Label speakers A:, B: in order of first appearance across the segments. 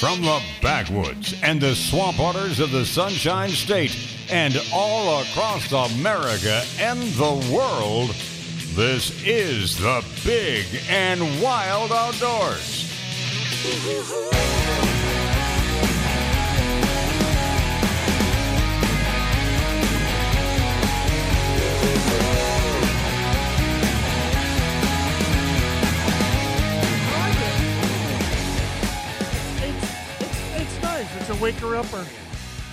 A: from the backwoods and the swamp waters of the Sunshine State and all across America and the world, this is the Big and Wild Outdoors.
B: It's, it's, it's nice. It's a waker upper.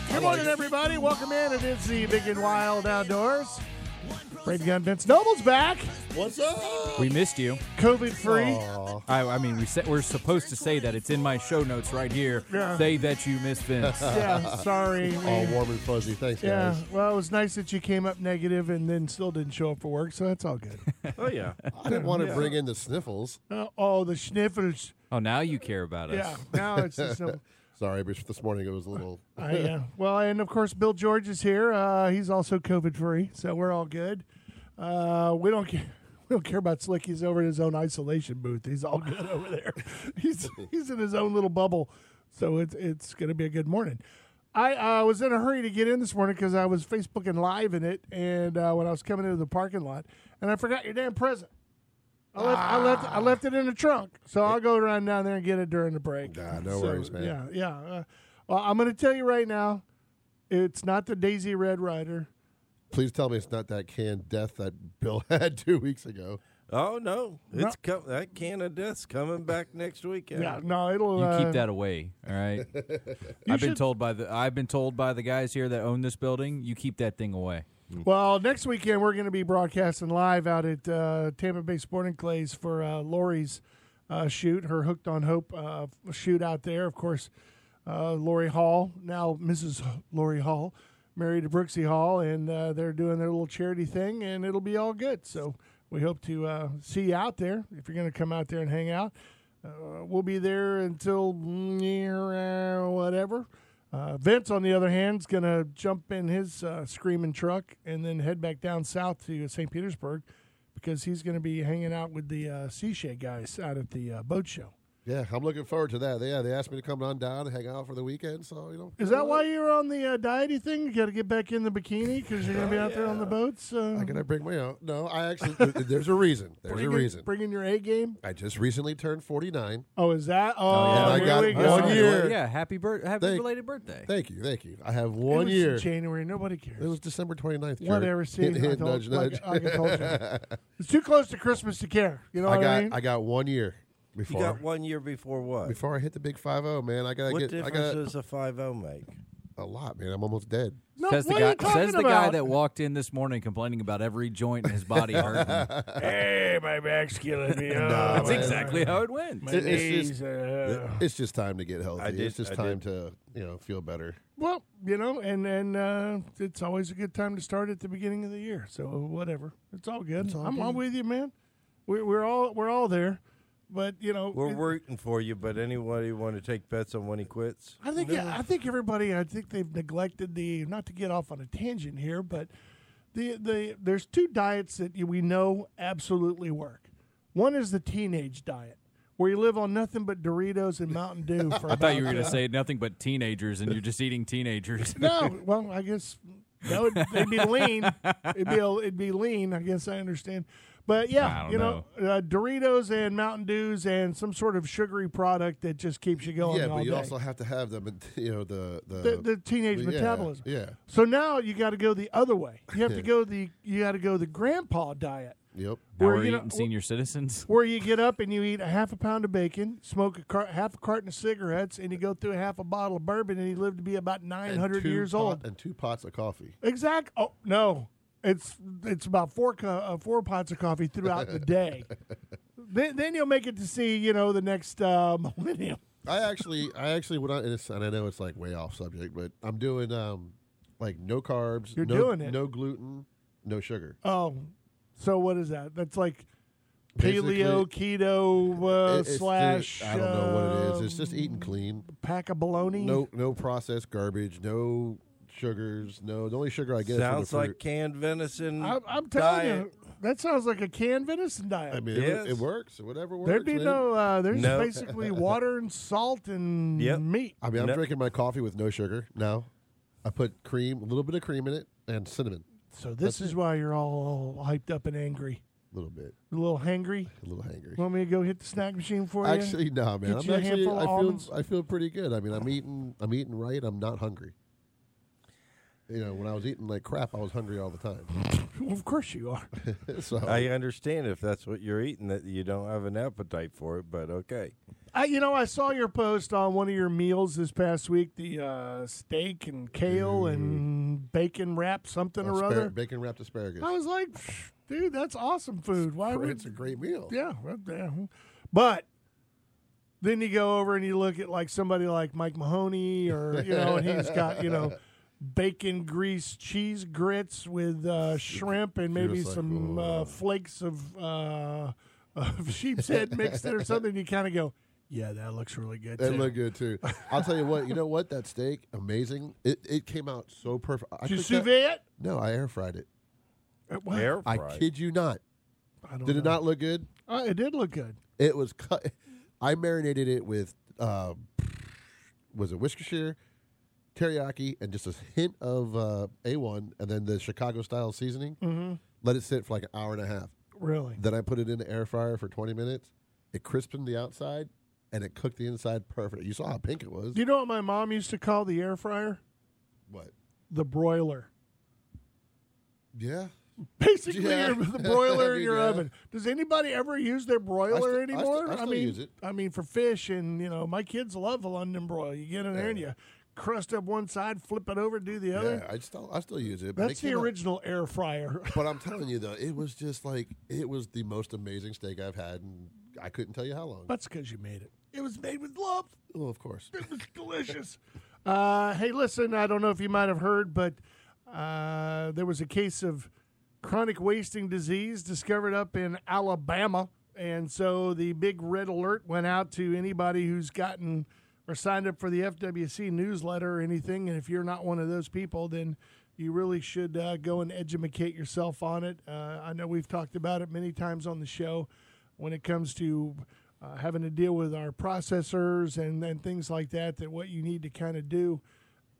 B: Good morning, everybody. Welcome in. It is the Big and Wild Outdoors. Brave Gun Vince Noble's back,
C: What's up?
D: We missed you.
B: COVID free.
D: I, I mean, we said, we're supposed to say that. It's in my show notes right here.
B: Yeah.
D: Say that you missed Vince.
B: Yeah, sorry. We-
C: All warm and fuzzy. Thanks,
B: yeah,
C: guys.
B: well, it was nice that you came up negative and then still didn't show up for work, so that's all good.
E: Oh yeah.
C: I didn't want to bring in the sniffles.
B: Uh, oh, the sniffles.
D: Oh, now you care about us.
B: Yeah, now it's the sniffles.
C: Sorry, but this morning it was a little.
B: I, uh, well, and of course, Bill George is here. Uh, he's also COVID free, so we're all good. Uh, we don't care. We don't care about Slick. He's over in his own isolation booth. He's all good over there. He's he's in his own little bubble, so it's it's gonna be a good morning. I uh, was in a hurry to get in this morning because I was Facebooking live in it, and uh, when I was coming into the parking lot, and I forgot your damn present. I left, I left I left it in the trunk, so I'll go around down there and get it during the break.
C: Nah, no
B: So,
C: worries, man.
B: Yeah, yeah. Uh, well, I'm going to tell you right now, it's not the Daisy Red Rider.
C: Please tell me it's not that canned death that Bill had two weeks ago.
E: Oh no, it's com- that can of death's coming back next weekend.
B: Yeah, no, it'll.
D: You
B: uh,
D: keep that away, all right? I've been
B: should-
D: told by the I've been told by the guys here that own this building, you keep that thing away.
B: Well, next weekend we're going to be broadcasting live out at uh, Tampa Bay Sporting Clays for uh, Lori's uh, shoot, her Hooked on Hope uh, shoot out there. Of course, uh, Lori Hall, now Mrs. Lori Hall, married to Brooksy Hall, and uh, they're doing their little charity thing, and it'll be all good. So we hope to uh, see you out there if you're going to come out there and hang out. Uh, we'll be there until near uh, whatever. Uh, Vince, on the other hand, is going to jump in his uh, screaming truck and then head back down south to St. Petersburg because he's going to be hanging out with the uh, Sea Shay guys out at the uh, boat show.
C: Yeah, I'm looking forward to that. Yeah, they asked me to come on down and hang out for the weekend, so you know.
B: Is that why you're on the uh, diety thing? You got to get back in the bikini because you're going to be out there on the boats. Uh,
C: I gotta bring my own. No, I actually. there's a reason. There's a
B: bringing-
C: reason.
B: Bringing your A game.
C: I just recently turned 49.
B: Oh, is that? Oh,
C: yeah. I
B: here
C: got
B: we
C: it.
B: go.
C: One year.
D: Yeah, happy birth happy
C: Thank-
D: related birthday.
C: Thank you, thank you. I have
B: It
C: one
B: was
C: year.
B: in January. Nobody cares.
C: It was December 29th. Jared.
B: Whatever. See,
C: Hint,
B: I
C: hint,
B: told-
C: nudge,
B: like- uh,
C: nudge.
B: like I told you. it's too close to Christmas to care. You know
C: I
B: what I
C: got
B: mean?
C: I got one year
E: You
C: before
E: got one year before what?
C: before I hit the big five zero, man. I gotta
E: what
C: get I
E: difference
C: got
E: does a five zero make?
C: a lot, man. I'm almost dead.
B: no,
D: says the
B: what are
D: guy
B: you talking
D: says the guy
B: about?
D: that walked in this morning complaining about every joint in his body hurting.
B: Hey, my back's killing me. Oh,
D: That's
B: my-
D: exactly how it went.
B: my
C: It- it's
B: knees,
C: just-
B: uh,
C: It's just time to get healthy.
E: I did-
C: it's just
E: I
C: time to you know feel better.
B: well, you know, and and uh, it's always a good time to start at the beginning of the year. So uh, whatever, it's all good. I'm all with you, man. We're we're all we're all there, but you know,
E: We're
B: it-
E: rooting for you, but anybody want to take bets on when he quits?
B: I think yeah, I think everybody. I think they've neglected the not to get off on a tangent here, but the the there's two diets that you- we know absolutely work. One is the teenage diet, where you live on nothing but Doritos and Mountain Dew. For
D: I thought you were going to say nothing but teenagers and you're just eating teenagers.
B: no. Well, I guess that would they'd be lean. It'd be a, it'd be lean. I guess I understand. But
D: I
B: yeah,
D: don't
B: you know, Uh, Doritos and Mountain Dews and some sort of sugary product that just keeps you going.
C: yeah,
B: all
C: but you
B: day.
C: also have to have the men- you know the the,
B: the, the teenage
C: yeah,
B: metabolism.
C: Yeah.
B: So now you got to go the other way. You have to go the you got to go the grandpa diet,
C: Yep.
D: Now
B: Where,
D: we're
B: you know,
D: eating senior citizens.
B: where you get up and you eat a half a pound of bacon, smoke a car- half a carton of cigarettes, and you go through a half a bottle of bourbon, and you live to be about nine
C: And
B: hundred
C: two
B: years
C: pot-
B: old.
C: and two pots of coffee.
B: Exact. Oh no, it's it's about four co- uh, four pots of coffee throughout the day. then then you'll make it to see you know the next uh, millennium.
C: I actually, I actually went on, and, it's, and I know it's like way off subject, but I'm doing um, like no carbs.
B: You're
C: no,
B: doing it.
C: No gluten, no sugar.
B: Oh, so what is that? That's like
C: Basically,
B: paleo, keto uh,
C: It- it's the-
B: slash.
C: I don't know what it is. It's just
B: um,
C: eating clean.
B: pack of bologna.
C: No, no processed garbage. No sugars. No, the only sugar I get
E: Sounds
C: is from the
E: like
C: fruit.
E: canned venison.
B: I'm, I'm telling
E: diet.
B: you, That sounds like a canned venison diet.
C: I mean, it-
E: Yes.
C: it, works. Whatever works.
B: There'd be
C: man.
B: no. Uh, there's
E: No.
B: basically water and salt and
E: Yep.
B: meat.
C: I mean, I'm
E: No.
C: drinking my coffee with no sugar now. I put cream, a little bit of cream in it, and cinnamon,
B: So this is why you're all, hyped up and angry.
C: a little bit,
B: A little hangry.
C: a little hangry.
B: Want me to go hit the snack machine for you?
C: Actually, no, man.
B: Oh, Get
C: I'm
B: you a
C: actually,
B: handful of
C: I feel,
B: almonds?
C: I feel pretty good. I mean, I'm eating, I'm eating right. I'm not hungry. You know, when I was eating like crap, I was hungry all the time.
B: Well, of course you are.
C: so
E: I understand if that's what you're eating that you don't have an appetite for it, but okay.
B: I, you know, I saw your post on one of your meals this past week the uh, steak and kale and bacon Oh, wrap, something or
C: aspar-
B: other.
C: bacon wrapped asparagus.
B: I was like, "Psh, dude, that's awesome food. Why would
C: it's a great meal.
B: Yeah, well, yeah. But then you go over and you look at like somebody like Mike Mahoney, or you know, and he's got you know bacon grease cheese grits with uh, shrimp and maybe
C: You're just
B: some
C: like,
B: uh,
C: "Whoa."
B: flakes of uh, of sheep's head mixed in or something. You kind of go, yeah, that looks really good.
C: It
B: too."
C: looked good too. I'll tell you what. You know what? That steak, amazing. It, it came out so perfect. I
B: Did you
C: cooked
B: sous
C: that-
B: vide it?
C: No, I air fried it.
B: Uh, what?
E: Air
C: I
E: fried.
C: kid you not.
B: I don't
C: Did it
B: know.
C: not look good?
B: Uh, it did look good.
C: It was cut. I marinated it with, uh, was it Worcestershire, teriyaki, and just a hint of uh, A1, and then the Chicago style seasoning. Mm-hmm. Let it sit for like an hour and a half.
B: Really?
C: Then I put it in the air fryer for 20 minutes. It crispened the outside and it cooked the inside perfect. You saw how pink it was.
B: Do you know what my mom used to call the air fryer?
C: What?
B: The broiler.
C: Yeah.
B: Basically,
C: Yeah.
B: your- the broiler in your
C: Yeah.
B: oven. Does anybody ever use their broiler
C: I sti- I
B: anymore?
C: still
B: mean,
C: use it.
B: I mean, for fish and you know, my kids love a London broil. You get in there and you crust up one side, flip it over, do the other.
C: Yeah. I still I still use it. But
B: That's
C: it
B: the
C: came out-
B: original air fryer.
C: But I'm telling you though, it was just like it was the most amazing steak I've had, and I couldn't tell you how long.
B: That's because you made it. It was made with love.
C: well, Oh, of course,
B: It was delicious. Uh, hey, listen, I don't know if you might have heard, but uh, there was a case of chronic wasting disease discovered up in Alabama. And so the big red alert went out to anybody who's gotten or signed up for the FWC newsletter or anything. And if you're not one of those people, then you really should uh, go and educate yourself on it. Uh, I know we've talked about it many times on the show when it comes to uh, having to deal with our processors and, and things like that, that what you need to kind of do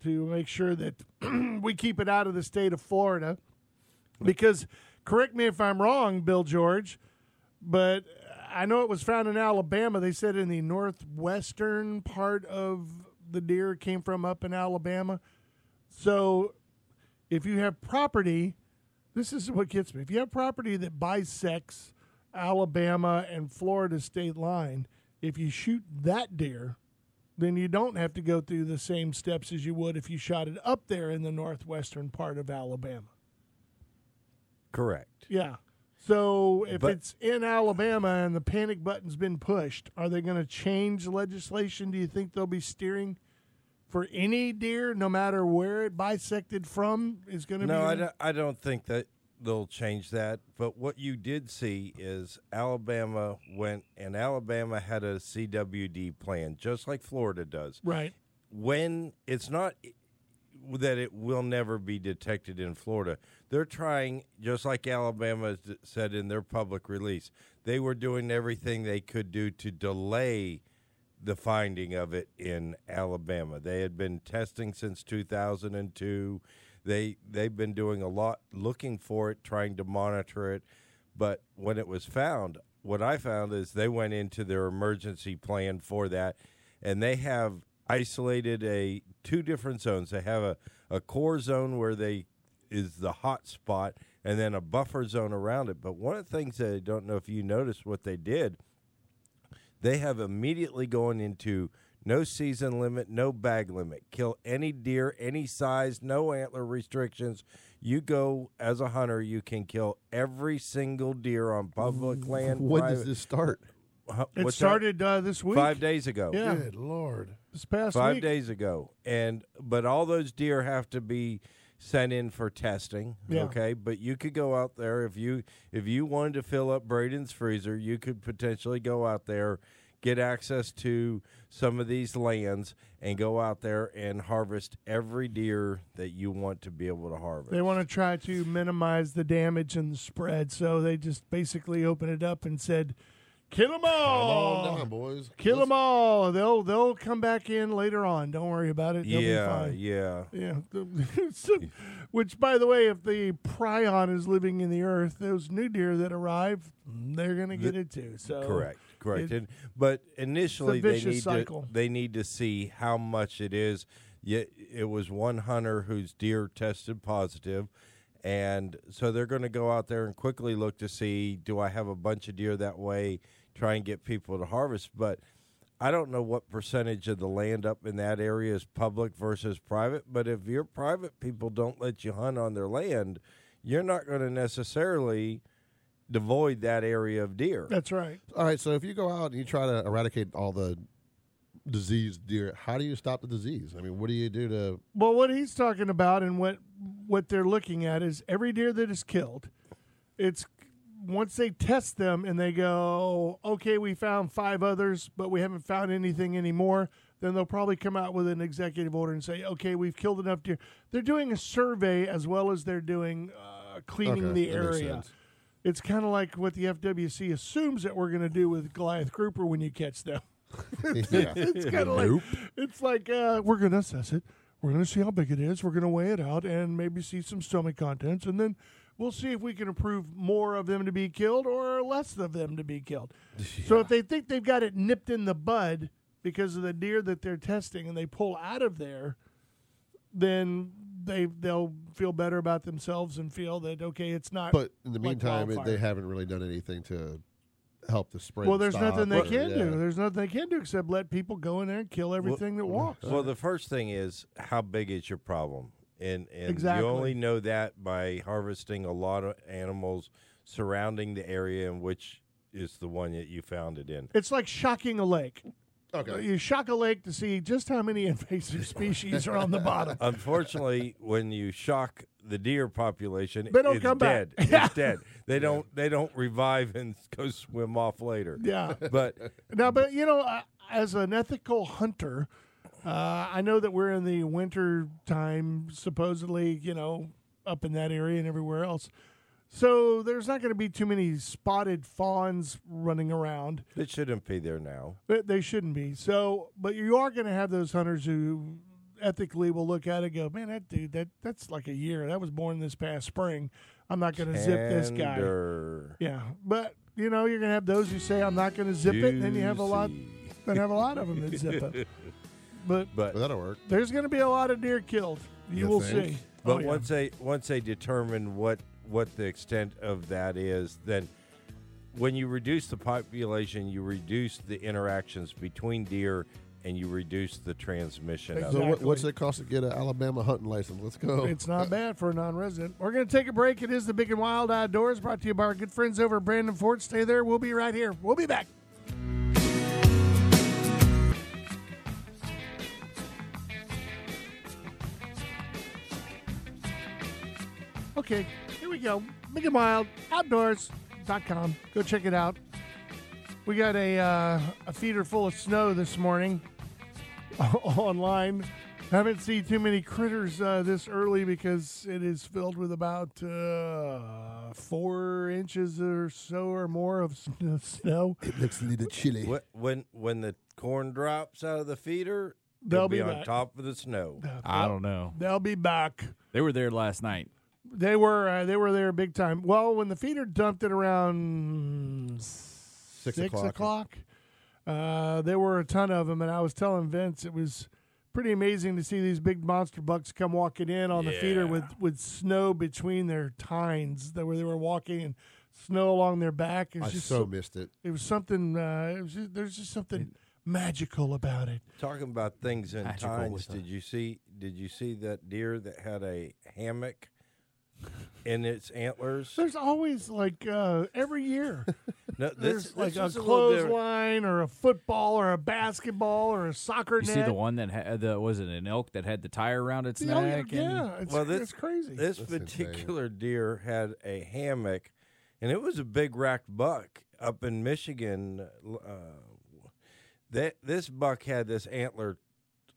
B: to make sure that we keep it out of the state of Florida. Because, correct me if I'm wrong, Bill George, but I know it was found in Alabama. They said in the northwestern part of the deer came from up in Alabama. So, if you have property, this is what gets me. If you have property that bisects Alabama and Florida state line, if you shoot that deer, then you don't have to go through the same steps as you would if you shot it up there in the northwestern part of Alabama.
E: Correct.
B: Yeah. So if
E: But-
B: it's in Alabama and the panic button's been pushed, are they going to change legislation? Do you think they'll be steering for any deer, no matter where it bisected from, is going to
E: No, I
B: be?
E: don't, I don't think that they'll change that. But what you did see is Alabama went and Alabama had a CWD plan, just like Florida does.
B: right.
E: When it's not that it will never be detected in Florida, they're trying, just like Alabama s- said in their public release, they were doing everything they could do to delay the finding of it in Alabama. They had been testing since 2002. They they've been doing a lot looking for it, trying to monitor it, but when it was found, what I found is they went into their emergency plan for that and they have isolated a two different zones. They have a, a core zone where they is the hot spot and then a buffer zone around it. But one of the things that I don't know if you noticed what they did they have immediately gone into no season limit, no bag limit. Kill any deer, any size, no antler restrictions. You go as a hunter, you can kill every single deer on public land.
C: when does
E: private-
C: this start?
E: Huh,
B: It
E: what's that?
B: started uh, this week.
E: five days ago.
B: Yeah.
C: Good lord!
B: This past
E: five
B: week.
E: days ago, and but all those deer have to be sent in for testing.
B: Yeah.
E: Okay, but you could go out there if you if you wanted to fill up Braden's freezer, you could potentially go out there, get access to some of these lands and go out there and harvest every deer that you want to be able to harvest.
B: They want to try to minimize the damage and the spread, so they just basically opened it up and said, "Kill them all,
C: Come on down, boys.
B: Oh. kill
C: Let's-
B: them all." They'll they'll come back in later on. Don't worry about it. They'll be
E: yeah,
B: fine.
E: yeah.
B: Yeah. So- which, by the way, if the prion is living in the earth, those new deer that arrive, they're going to get it too. So
E: Correct, correct.
B: It-
E: and, but initially, they
B: vicious
E: need
B: cycle.
E: to they need to see how much it is. Yet it was one hunter whose deer tested positive, and so they're going to go out there and quickly look to see do I have a bunch of deer that way, try and get people to harvest. But I don't know what percentage of the land up in that area is public versus private. But if your private people don't let you hunt on their land, you're not going to necessarily devoid that area of deer.
B: That's right.
C: All right, so if you go out and you try to eradicate all the disease deer, how do you stop the disease? I mean, what do you do to
B: Well, what he's talking about and what what they're looking at is every deer that is killed. It's once they test them and they go, okay, we found five others, but we haven't found anything anymore. Then they'll probably come out with an executive order and say, okay, we've killed enough deer. They're doing a survey as well as they're doing uh, cleaning
C: Okay,
B: the
C: that makes
B: area.
C: sense.
B: It's kind of like what the FWC assumes that we're going to do with Goliath grouper when you catch them. it's kind of like it's like uh, we're gonna assess it. We're gonna see how big it is. We're gonna weigh it out and maybe see some stomach contents, and then we'll see if we can approve more of them to be killed or less of them to be killed. So if they think they've got it nipped in the bud because of the deer that they're testing, and they pull out of there, then they they'll feel better about themselves and feel that okay, it's not.
C: But in the
B: Like
C: meantime, it,
B: wildfire.
C: they haven't really done anything to help the spread.
B: well, there's
C: stop
B: nothing they
C: or-
B: can
C: yeah.
B: do. There's nothing they can do except let people go in there and kill everything that walks.
E: Well, the first thing is how big is your problem, and and
B: Exactly.
E: you only know that by harvesting a lot of animals surrounding the area in which is the one that you found it in.
B: It's like shocking a lake.
C: Okay.
B: You shock a lake to see just how many invasive species are on the bottom.
E: Unfortunately, when you shock the deer population,
B: They don't
E: it's
B: come back.
E: dead. It's dead. They don't. They don't revive and go swim off later.
B: Yeah.
E: But
B: Now, but you know, uh, as an ethical hunter, uh, I know that we're in the winter time, supposedly, you know, up in that area and everywhere else. So there's not going to be too many spotted fawns running around.
E: it shouldn't be there now.
B: But they shouldn't be. So, but you are going to have those hunters who ethically will look at it and go, man, that dude, that that's like a year. That was born this past spring. I'm not going to zip this guy.
E: Tender
B: Yeah, but you know, you're going to have those who say I'm not going to zip it, and then you have a lot,
E: juicy.
B: then have a lot of them that zip it. But
E: But
C: Well, that'll work.
B: there's going to be a lot of deer killed. You
C: You
B: will
C: think?
B: see.
E: But
B: Oh, yeah.
E: once they once they determine what what the extent of that is, then when you reduce the population, you reduce the interactions between deer and you reduce the transmission of
C: So
E: it.
B: Exactly.
C: what, what's it cost to get an Alabama hunting license? Let's go.
B: It's not bad for a non-resident. We're going to take a break. It is the Big and Wild Outdoors, brought to you by our good friends over at Brandon Ford. Stay there. We'll be right here. We'll be back. Okay, here we go. Big and Wild Outdoors.com. Go check it out. We got a uh, a feeder full of snow this morning online. Haven't seen too many critters uh, this early because it is filled with about uh, four inches or so or more of sn- snow.
C: It looks a little chilly.
E: Wh- When when the corn drops out of the feeder,
B: They'll
E: it'll
B: be
E: on
B: back.
E: top of the snow.
D: I don't know.
B: They'll be back.
D: They were there last night.
B: They were uh, they were there big time. Well, when the feeder dumped it around six,
C: o'clock.
B: o'clock, uh, there were a ton of them, and I was telling Vince it was pretty amazing to see these big monster bucks come walking in on the feeder with with snow between their tines that where they were walking and snow along their back. It
C: I
B: was just
C: so missed it.
B: it was something. Uh, it was just, there's just something magical about it.
E: Talking about things in
D: Magical
E: times,
D: with a-
E: did you see did you see that deer that had a hammock in its antlers?
B: There's always like uh, every year.
E: No,
B: There's like a
E: was little different.
B: clothesline or a football or a basketball or a soccer
D: You
B: net.
D: see the one that had the was it an elk that had the tire around its
B: Oh, Yeah,
D: neck?
B: yeah,
D: and-
B: yeah, it's,
E: Well, this-
B: it's crazy.
E: This
C: That's insane.
E: particular deer had a hammock, and it was a big racked buck up in Michigan. Uh, That this buck had this antler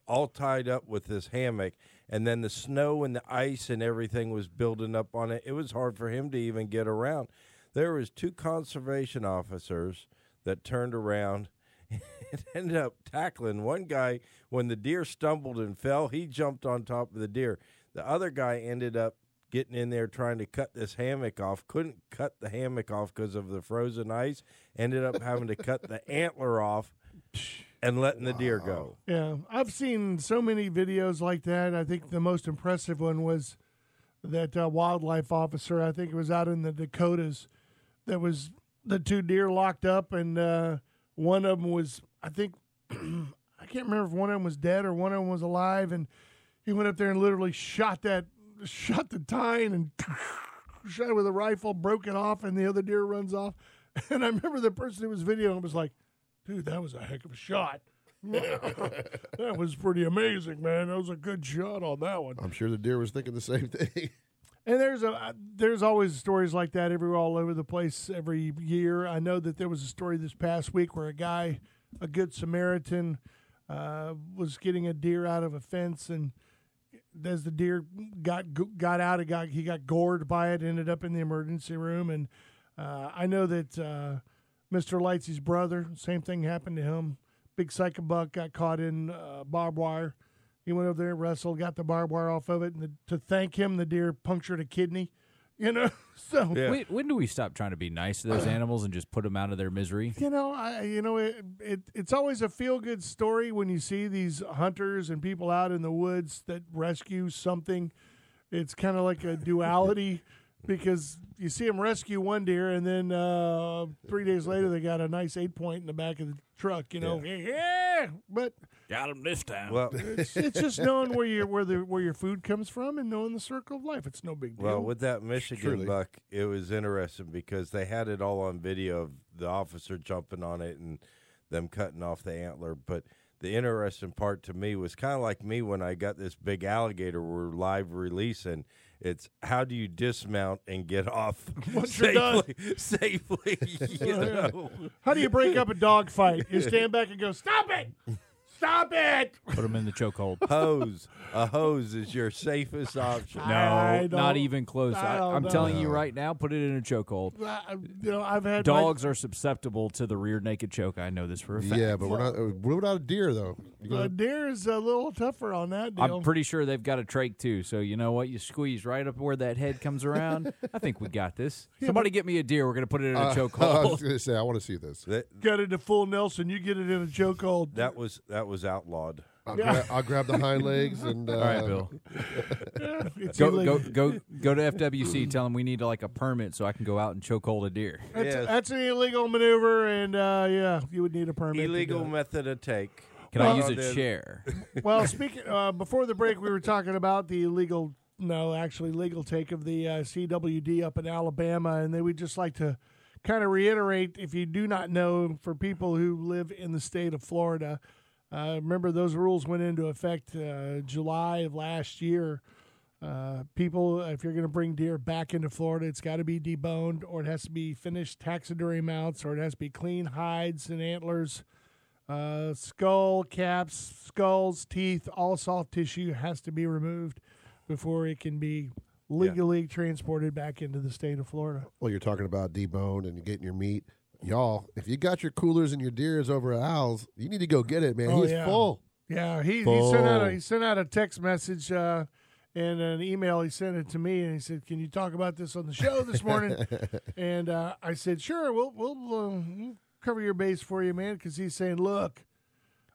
E: all tied up with this hammock, and then the snow and the ice and everything was building up on it. It was hard for him to even get around. There was two conservation officers that turned around and ended up tackling one guy when the deer stumbled and fell. He jumped on top of the deer. The other guy ended up getting in there trying to cut this hammock off. Couldn't cut the hammock off because of the frozen ice. Ended up having to cut the antler off and letting the deer go.
B: Yeah, I've seen so many videos like that. I think the most impressive one was that uh, wildlife officer. I think it was out in the Dakotas. That was the two deer locked up, and uh, one of them was, I think, I can't remember if one of them was dead or one of them was alive. And he went up there and literally shot that, shot the tine and shot it with a rifle, broke it off, and the other deer runs off. And I remember the person who was videoing was like, "Dude, that was a heck of a shot." that was pretty amazing, man. That was a good shot on that one.
C: I'm sure the deer was thinking the same thing.
B: And there's a uh, there's always stories like that everywhere all over the place every year. I know that there was a story this past week where a guy, a good Samaritan, uh, was getting a deer out of a fence, and as the deer got go- got out, it got he got gored by it, ended up in the emergency room, and uh, I know that uh, Mr. Lightsey's brother, same thing happened to him. Big psycho buck got caught in uh, barbed wire. He went over there, wrestled, got the barbed wire off of it, and the, to thank him, the deer punctured a kidney. You know, so
E: Yeah.
D: When, when do we stop trying to be nice to those animals and just put them out of their misery?
B: you know, I you know it, it it's always a feel good story when you see these hunters and people out in the woods that rescue something. It's kind of like a duality because you see them rescue one deer and then uh, three days later they got a nice eight point in the back of the truck. You know, yeah, but
D: Got them this time.
E: Well,
B: it's, it's just knowing where your where the where your food comes from and knowing the circle of life. It's no big deal.
E: Well, with that Michigan
C: Truly.
E: buck, it was interesting because they had it all on video of the officer jumping on it and them cutting off the antler. But the interesting part to me was kind of like me when I got this big alligator we're live releasing. It's how do you dismount and get off
B: Once you're done.
E: safely? safely, you know?
B: How do you break up a dog fight? You stand back and go, "Stop it! Stop it!"
D: Put them in the chokehold.
E: hose. A hose is your safest option.
D: No,
B: I don't-
D: not even close.
B: I
D: I
B: don't
D: I, am
B: know.
D: telling you right now, put it in a chokehold.
B: I- you know, I've had my-
D: Dogs are susceptible to the rear naked choke. I know this for a fact.
C: yeah, but we're not uh, we're without a deer though.
B: The
C: You gonna-
B: deer uh, is a little tougher on that deal.
D: I'm pretty sure they've got a trach too. So you know what? You squeeze right up where that head comes around. I think we got this. Somebody get me a deer. We're gonna put it in a
C: Oh, I was
D: chokehold.
C: gonna say I want to see this.
E: That,
B: Got into full Nelson, you get it in a chokehold.
E: that was that was outlawed.
C: I'll,
B: Yeah.
C: gra- I'll grab the hind legs and. Uh,
D: All right, Bill.
B: It's
D: Go
B: illegal.
D: go go go to FWC. Tell them we need like a permit so I can go out and chokehold a deer.
B: That's,
E: Yes.
B: that's an illegal maneuver, and uh, yeah, you would need a permit. to
E: Illegal
B: do
E: method of take.
D: Can
E: Well,
D: I use
E: Uh, then-
D: a chair?
B: it. well, speaking uh, before the break, we were talking about the illegal, no, actually legal take of the uh, CWD up in Alabama, and they would just like to kind of reiterate if you do not know for people who live in the state of Florida. Uh, remember, those rules went into effect uh, July of last year. Uh, people, if you're going to bring deer back into Florida, it's got to be deboned, or it has to be finished taxidermy mounts, or it has to be clean hides and antlers, uh, skull caps, skulls, teeth, all soft tissue has to be removed before it can be legally transported back into the state of Florida.
C: Well, you're talking about debone and getting your meat, y'all. If you got your coolers and your deers over at Al's, you need to go get it, man.
B: Oh,
C: He's
B: yeah.
C: full.
B: Yeah, he, he sent out a,
C: Bull.
B: he sent out a text message uh, and an email. He sent it to me and he said, "Can you talk about this on the show this morning?" and uh, I said, "Sure, we'll we'll, uh, we'll cover your base for you, man." Because he's saying, "Look,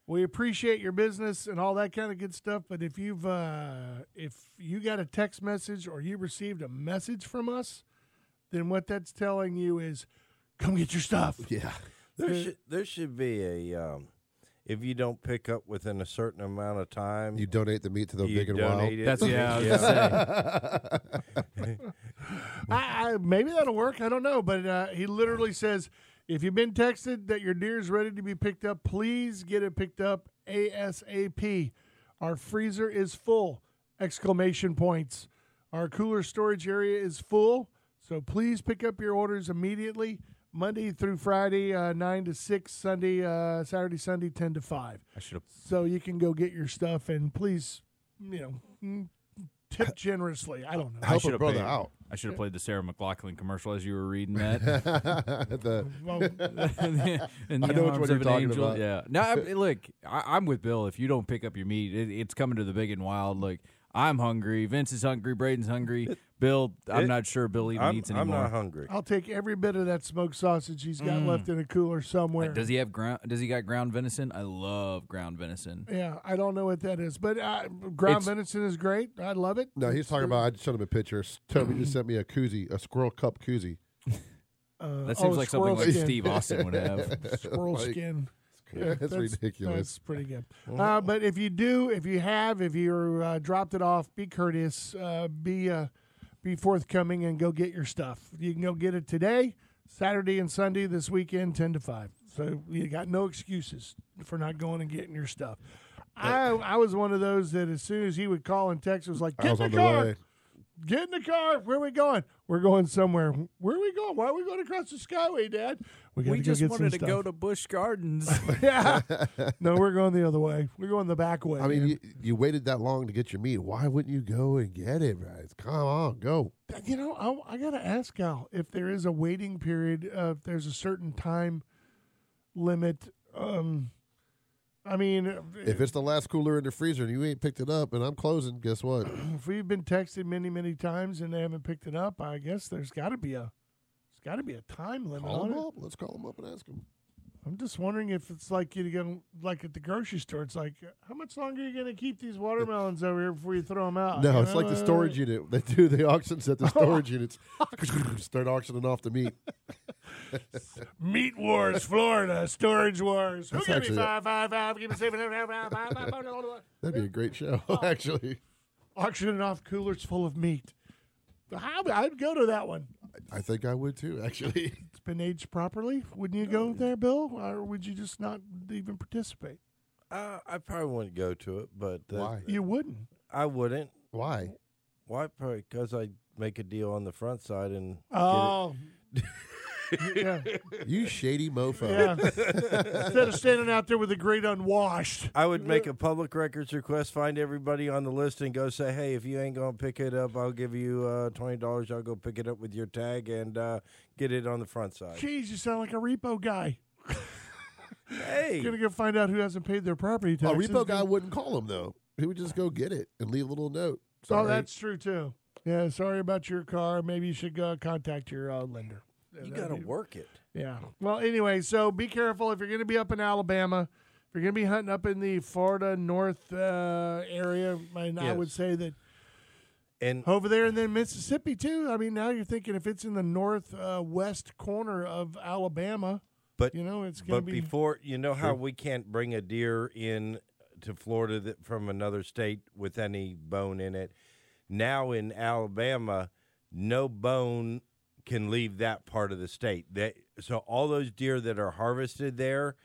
B: we appreciate your business and all that kind of good stuff, but if you've uh, if you got a text message or you received a message from us, then what that's telling you is, come get your stuff."
C: Yeah.
E: There should there should be a um, if you don't pick up within a certain amount of time,
C: You donate the meat to the
E: you
C: big and wild.
E: donate it.
D: That's yeah. I was gonna say.
C: Yeah.
B: I, I maybe that'll work. I don't know, but uh, he literally says, "If you've been texted that your deer is ready to be picked up, please get it picked up ASAP. Our freezer is full!" Exclamation points. Our cooler storage area is full, so please pick up your orders immediately. Monday through Friday, uh, 9 to 6, Sunday, uh, Saturday, Sunday, 10 to 5.
D: I should have.
B: So you can go get your stuff and please, you know, mm, tip generously. I don't know.
C: Help
D: should
C: a
D: have
C: brother
D: paid.
C: out.
D: I should have played the Sarah McLaughlin commercial as you were reading that.
C: The-
B: Well,
D: In the- in
C: I
D: the
C: know which
D: arms of
C: one you're
D: an
C: talking
D: angel.
C: about.
D: Yeah. No, I, look, I, I'm with Bill. If you don't pick up your meat, it, it's coming to the big and wild. Look, I'm hungry. Vince is hungry. Braden's hungry. Bill, I'm
E: it-
D: not sure Bill even
E: I'm,
D: eats
E: I'm
D: anymore.
E: not hungry.
B: I'll take every bit of that smoked sausage he's got left in a cooler somewhere.
D: Mm. Does he have ground? Does he got ground venison? I love ground venison.
B: yeah, I don't know what that is, but uh, ground
D: It's-
B: venison is great. I love it.
C: no, he's talking about. I just showed him a picture. S- Toby just sent me a koozie, a squirrel cup koozie.
B: Uh,
D: That
B: oh,
D: seems like something
B: squirrel
D: like
B: skin.
D: Steve Austin would have.
B: Squirrel
C: Like,
B: skin.
C: That's, ridiculous. Uh-huh.
B: That's pretty good. Uh, but if you do, if you have, if you uh, dropped it off, be courteous, uh, be uh, be forthcoming, and go get your stuff. You can go get it today, Saturday and Sunday this weekend, ten to five. So you got no excuses for not going and getting your stuff.
C: Uh,
B: I I was one of those that as soon as he would call and text, was like,
C: I
B: get
C: was
B: in
C: on
B: the
C: the
B: car,
C: way.
B: get in the car. Where are we going? We're going somewhere. Where are we going? Why are we going across the skyway, Dad? gotta
D: we
B: go
D: just
B: get some
D: wanted to
B: stuff."
D: go to Bush Gardens.
B: yeah. No, we're going the other way. We're going the back way.
C: I mean,
B: man.
C: you, you waited that long to get your meat. Why wouldn't you go and get it, guys? Come on, go.
B: But, you know, I, I got to ask Al if there is a waiting period, uh, if there's a certain time limit. Um, I mean, uh,
C: If
B: if,
C: it's the last cooler in the freezer and you ain't picked it up, and I'm closing, guess what?
B: if we've been texted many, many times and they haven't picked it up, I guess there's got to be a there's got to be a time limit
C: Call
B: on
C: them
B: it.
C: up. Let's call them up and ask them.
B: I'm just wondering if it's like you go like at the grocery store. It's like how much longer are you going to keep these watermelons over here before you throw them
D: Uh,
B: out?
C: No,
B: You
C: it's like
B: know?
C: the storage unit. They do the auctions at the storage units. Start auctioning off the meat.
B: Meat Wars, Florida, Storage Wars. Who
C: That's
B: give me
C: actually-
B: five, five, five? Give me seven, seven, seven, five, five, five, five, blah, blah, blah.
C: That'd be a great show,
D: Oh.
C: actually.
B: Auctioning off coolers full of meat. How- I'd go to that one.
C: I think I would too, actually.
B: It's been aged properly. Wouldn't you go there, Bill? Or would you just not even participate?
E: Uh, I probably wouldn't go to it, but uh,
C: Why?
B: You wouldn't.
E: I wouldn't.
C: Why?
E: Why? Probably because I make a deal on the front side and get it.
B: Oh. yeah.
C: You shady mofo.
B: yeah. Instead of standing out there with the great unwashed.
E: I would make a public records request, find everybody on the list, and go say, "Hey, if you ain't gonna pick it up, I'll give you uh, twenty dollars. I'll go pick it up with your tag and uh, get it on the front side."
B: Geez, you sound like a repo guy.
E: Hey,
B: Gonna go find out who hasn't paid their property
C: A
B: taxes.
C: repo guy wouldn't call him though. He would just go get it and leave a little note.
B: Oh,
C: Sorry.
B: that's true too. Yeah, sorry about your car. Maybe you should go contact your uh, lender. Yeah,
E: you
B: that'd
E: gotta
B: be-
E: work it.
B: Yeah. Well, anyway, so be careful if you're going to be up in Alabama. If you're going to be hunting up in the Florida North uh, area, and I
E: Yes.
B: would say that
E: And
B: over there and then Mississippi too. I mean, now you're thinking if it's in the northwest uh, west corner of Alabama,
E: But-
B: you know it's going
E: but
B: to be
E: before you know how we can't bring a deer in to Florida that, from another state with any bone in it. Now in Alabama, no bone can leave that part of the state. That so all those deer that are harvested there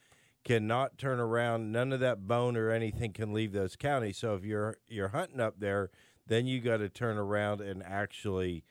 E: cannot turn around. None of that bone or anything can leave those counties. So if you're you're hunting up there, then you got to turn around and actually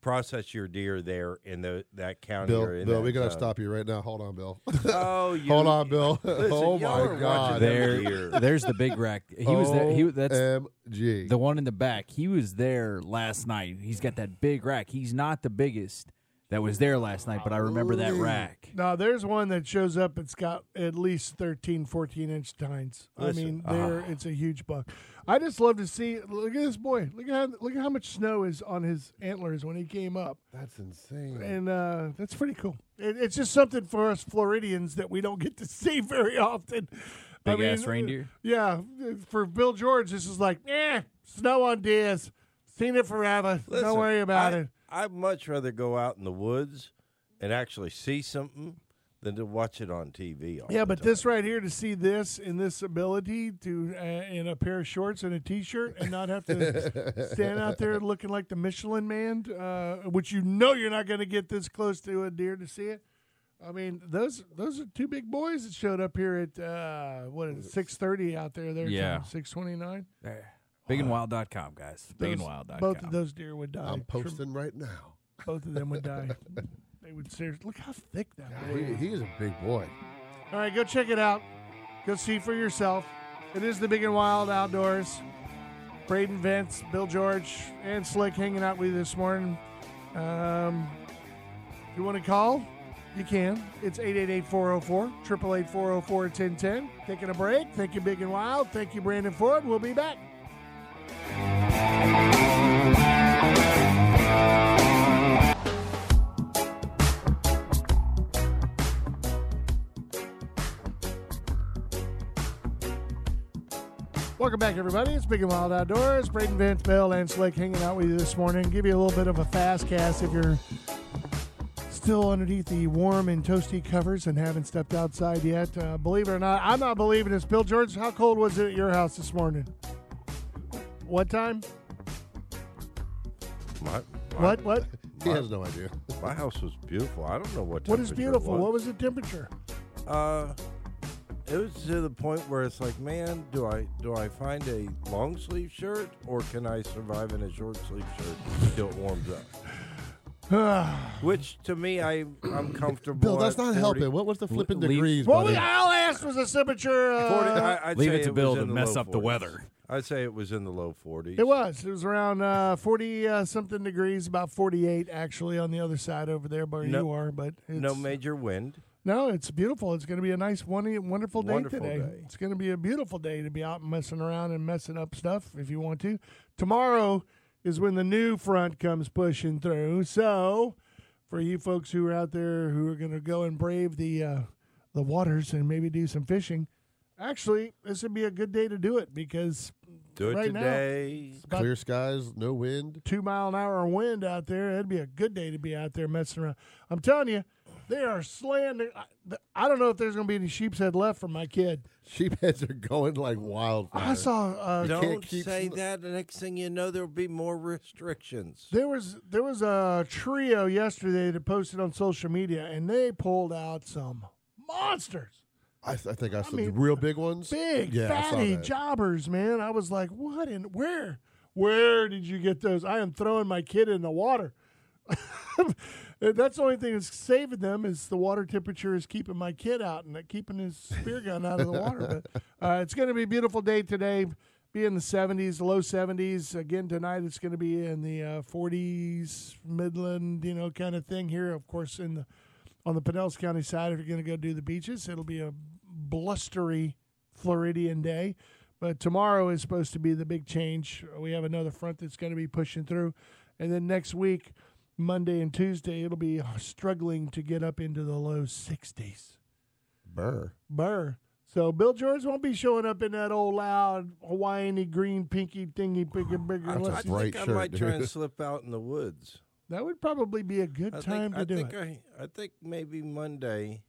E: process your deer there in the that county.
C: Bill,
E: or in
C: Bill,
E: that
C: we gotta
E: zone.
C: stop you right now. Hold on, Bill.
E: Oh, you,
C: Hold on, Bill.
E: Listen,
C: oh
E: y'all are
C: my
E: watching
C: God.
E: them
D: there,
E: deer.
D: there's the big rack. He was there.
B: Oh.
D: He that's
C: OMG.
D: the one in the back. He was there last night. He's got that big rack. He's not the biggest that was there last night, but I remember that rack.
B: Now there's one that shows up. It's got at least 13, 14 inch tines. I
E: Listen, uh-huh.
B: mean, there it's a huge buck. I just love to see. Look at this boy. Look at how, look at how much snow is on his antlers when he came up,
C: That's insane.
B: and uh, that's pretty cool. It, it's just something for us Floridians that we don't get to see very often.
D: Big ass reindeer?
B: Yeah, for Bill George, this is like, eh, snow on deers. Seen it forever.
E: Listen,
B: Don't worry about
E: I-
B: it.
E: I'd much rather go out in the woods and actually see something than to watch it on TV. all
B: Yeah,
E: the
B: but
E: time.
B: this right here to see this and this ability to uh, in a pair of shorts and a t-shirt and not have to stand out there looking like the Michelin Man, uh, which you know you're not going to get this close to a deer to see it. I mean, those those are two big boys that showed up here at uh, what is it, six thirty out there. There,
D: Yeah.
B: six twenty nine.
D: Bigandwild.com, guys.
B: uh, Those-
D: Bigandwild.com.
B: Both of those deer would die. Trim-
C: I'm posting right now.
B: Both of them would die. They would seriously look how thick that boy
C: He,
B: is.
C: he is a big boy.
B: All right, go check it out. Go see for yourself. It is the Big and Wild Outdoors. Braden Vince, Bill George, and Slick hanging out with you this morning. Um, you want to call? You can. It's 888-404, 888-404-1010. Taking a break. Thank you, Big and Wild. Thank you, Brandon Ford. We'll be back. Welcome back, everybody. It's Big and Wild Outdoors. Braden Vince, Bill, and Slick hanging out with you this morning. Give you a little bit of a fast cast if you're still underneath the warm and toasty covers and haven't stepped outside yet. Uh, believe it or not, I'm not believing this. Bill George, how cold was it at your house this morning? What time?
E: My, my,
B: What? What?
C: He has no idea.
E: My house was beautiful. I don't know what.
B: What is
E: temperature it
B: beautiful?
E: Was.
B: What was the temperature?
E: Uh, it was to the point where it's like, man, do I do I find a long sleeve shirt or can I survive in a short sleeve shirt until it warms up? Which to me, I I'm comfortable.
C: Bill, that's
E: at
C: not
E: 40
C: helping. What was the flipping
D: leave-
C: degrees,
B: What
C: buddy?
B: we all asked was the temperature. Uh,
E: 40 I, I'd
D: Leave
E: say
D: it to
E: was
D: Bill
E: in
D: to
E: the
D: mess
E: low
D: up the
E: 40s.
D: weather.
E: I'd say it was in the low 40s.
B: It was. It was around uh, forty uh, something degrees, about forty-eight actually on the other side over there where
E: No-
B: you are. But it's,
E: No major wind.
B: No, it's beautiful. It's going to be a nice, one, wonderful day
E: Wonderful
B: today.
E: day.
B: It's going to be a beautiful day to be out messing around and messing up stuff if you want to. Tomorrow is when the new front comes pushing through. So, for you folks who are out there who are going to go and brave the uh, the waters and maybe do some fishing, actually, this would be a good day to do it because
E: Do it
B: Right now.
E: today.
B: about
C: Clear skies, no wind.
B: two mile an hour wind out there. It'd be a good day to be out there messing around. I'm telling you, they are slaying. The, I, I don't know if there's going to be any sheep's head left for my kid.
C: Sheepheads are going like wildfire.
B: I saw uh,
C: can't
E: Don't
C: keep
E: say
C: sm-
E: that. The next thing you know, there'll be more restrictions.
B: there was there was a trio yesterday that posted on social media, and they pulled out some monsters,
C: I, th- I think I saw
B: mean,
C: the real big ones.
B: big
C: yeah, I saw
B: fatty
C: that.
B: jobbers. Man, I was like, what and where? Where did you get those? I am throwing my kid in the water. that's the only thing that's saving them is the water temperature is keeping my kid out and that- keeping his spear gun out of the water. But uh, it's going to be a beautiful day today. Be in the 70s, low 70s. Again tonight, it's going to be in the uh, 40s, Midland, you know, kind of thing here. Of course, in the on the Pinellas County side, if you're going to go do the beaches, it'll be a blustery Floridian day. But tomorrow is supposed to be the big change. We have another front that's going to be pushing through, and then next week. Monday and Tuesday, it'll be struggling to get up into the low 60s.
C: Burr.
B: Burr. So Bill George won't be showing up in that old loud Hawaiian green pinky thingy bigger bigger.
C: That's
E: I
B: unless-
E: think
C: bright
E: I
C: shirt,
E: might try and
C: dude.
E: slip out in the woods.
B: That would probably be a good
E: I
B: time
E: think,
B: to
E: I,
B: do
E: think
B: it.
E: I, I think maybe Monday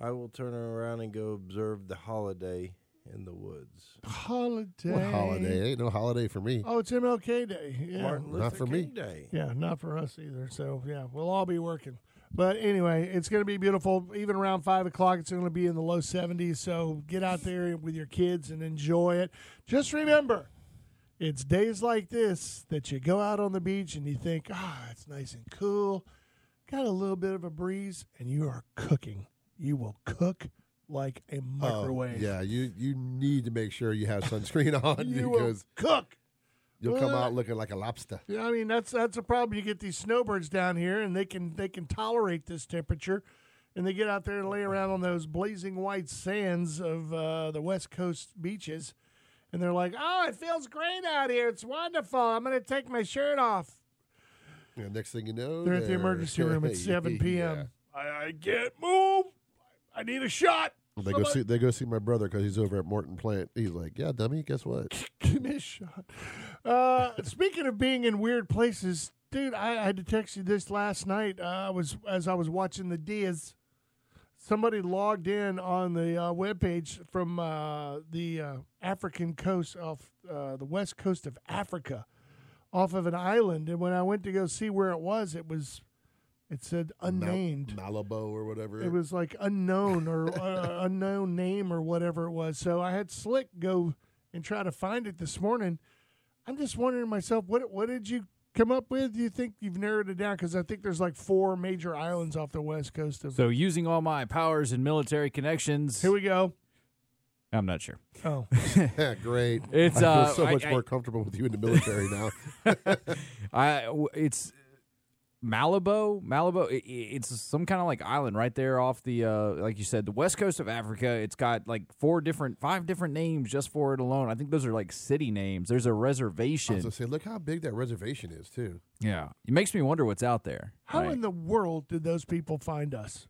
E: I will turn around and go observe the holiday in the woods.
B: holiday.
C: What holiday? Ain't no holiday for me.
B: Oh, it's MLK Day. Yeah.
E: Martin Luther
C: Not for me.
E: King Day.
B: Yeah, not for us either. So yeah, we'll all be working. But anyway, it's going to be beautiful. Even around five o'clock, it's going to be in the low seventies. So get out there with your kids and enjoy it. Just remember, it's days like this that you go out on the beach and you think, ah, it's nice and cool. Got a little bit of a breeze, and you are cooking. You will cook like a
C: Oh,
B: microwave.
C: yeah, you you need to make sure you have sunscreen on
B: you will
C: because
B: cook.
C: you'll come
B: Well,
C: out looking like a lobster.
B: Yeah, I mean that's that's a problem. You get these snowbirds down here, and they can they can tolerate this temperature, and they get out there and lay around on those blazing white sands of uh, the West Coast beaches, and they're like, "Oh, it feels great out here. It's wonderful. I'm gonna take my shirt off."
C: Yeah, next thing you know,
B: They're at the emergency room at 7 p.m. I, I can't move. I need a shot.
C: Yeah. They go see they go see my brother because he's over at Morton Plant. He's like, yeah, dummy, guess what?
B: Give me a shot. Uh, speaking of being in weird places, dude, I, I had to text you this last night. Uh, I was as I was watching the Diaz. Somebody logged in on the uh, webpage from uh, the uh, African coast off uh, the west coast of Africa, off of an island. And when I went to go see where it was, it was it said
C: Mal-
B: unnamed.
C: Malibu or whatever.
B: It was like unknown or uh, unknown name or whatever it was. So I had Slick go and try to find it this morning. I'm just wondering myself, what what did you come up with? Do you think you've narrowed it down? Because I think there's like four major islands off the west coast of.
D: So using all my powers and military connections,
B: Here we go.
D: I'm not sure.
B: Oh,
C: Great.
D: It's,
C: I feel
D: uh,
C: so
D: I-
C: much
D: I-
C: more comfortable with you in the military now.
D: I w- it's Malibu, Malibu. i- i- It's some kind of like island right there off the, uh, like you said, the west coast of Africa. It's got like four different, five different names just for it alone. I think those are like city names. There's a
C: I was
D: reservation.
C: gonna say, look how big that reservation is too.
D: yeah, it makes me wonder what's out there.
B: how
D: right?
B: in the world did those people find us?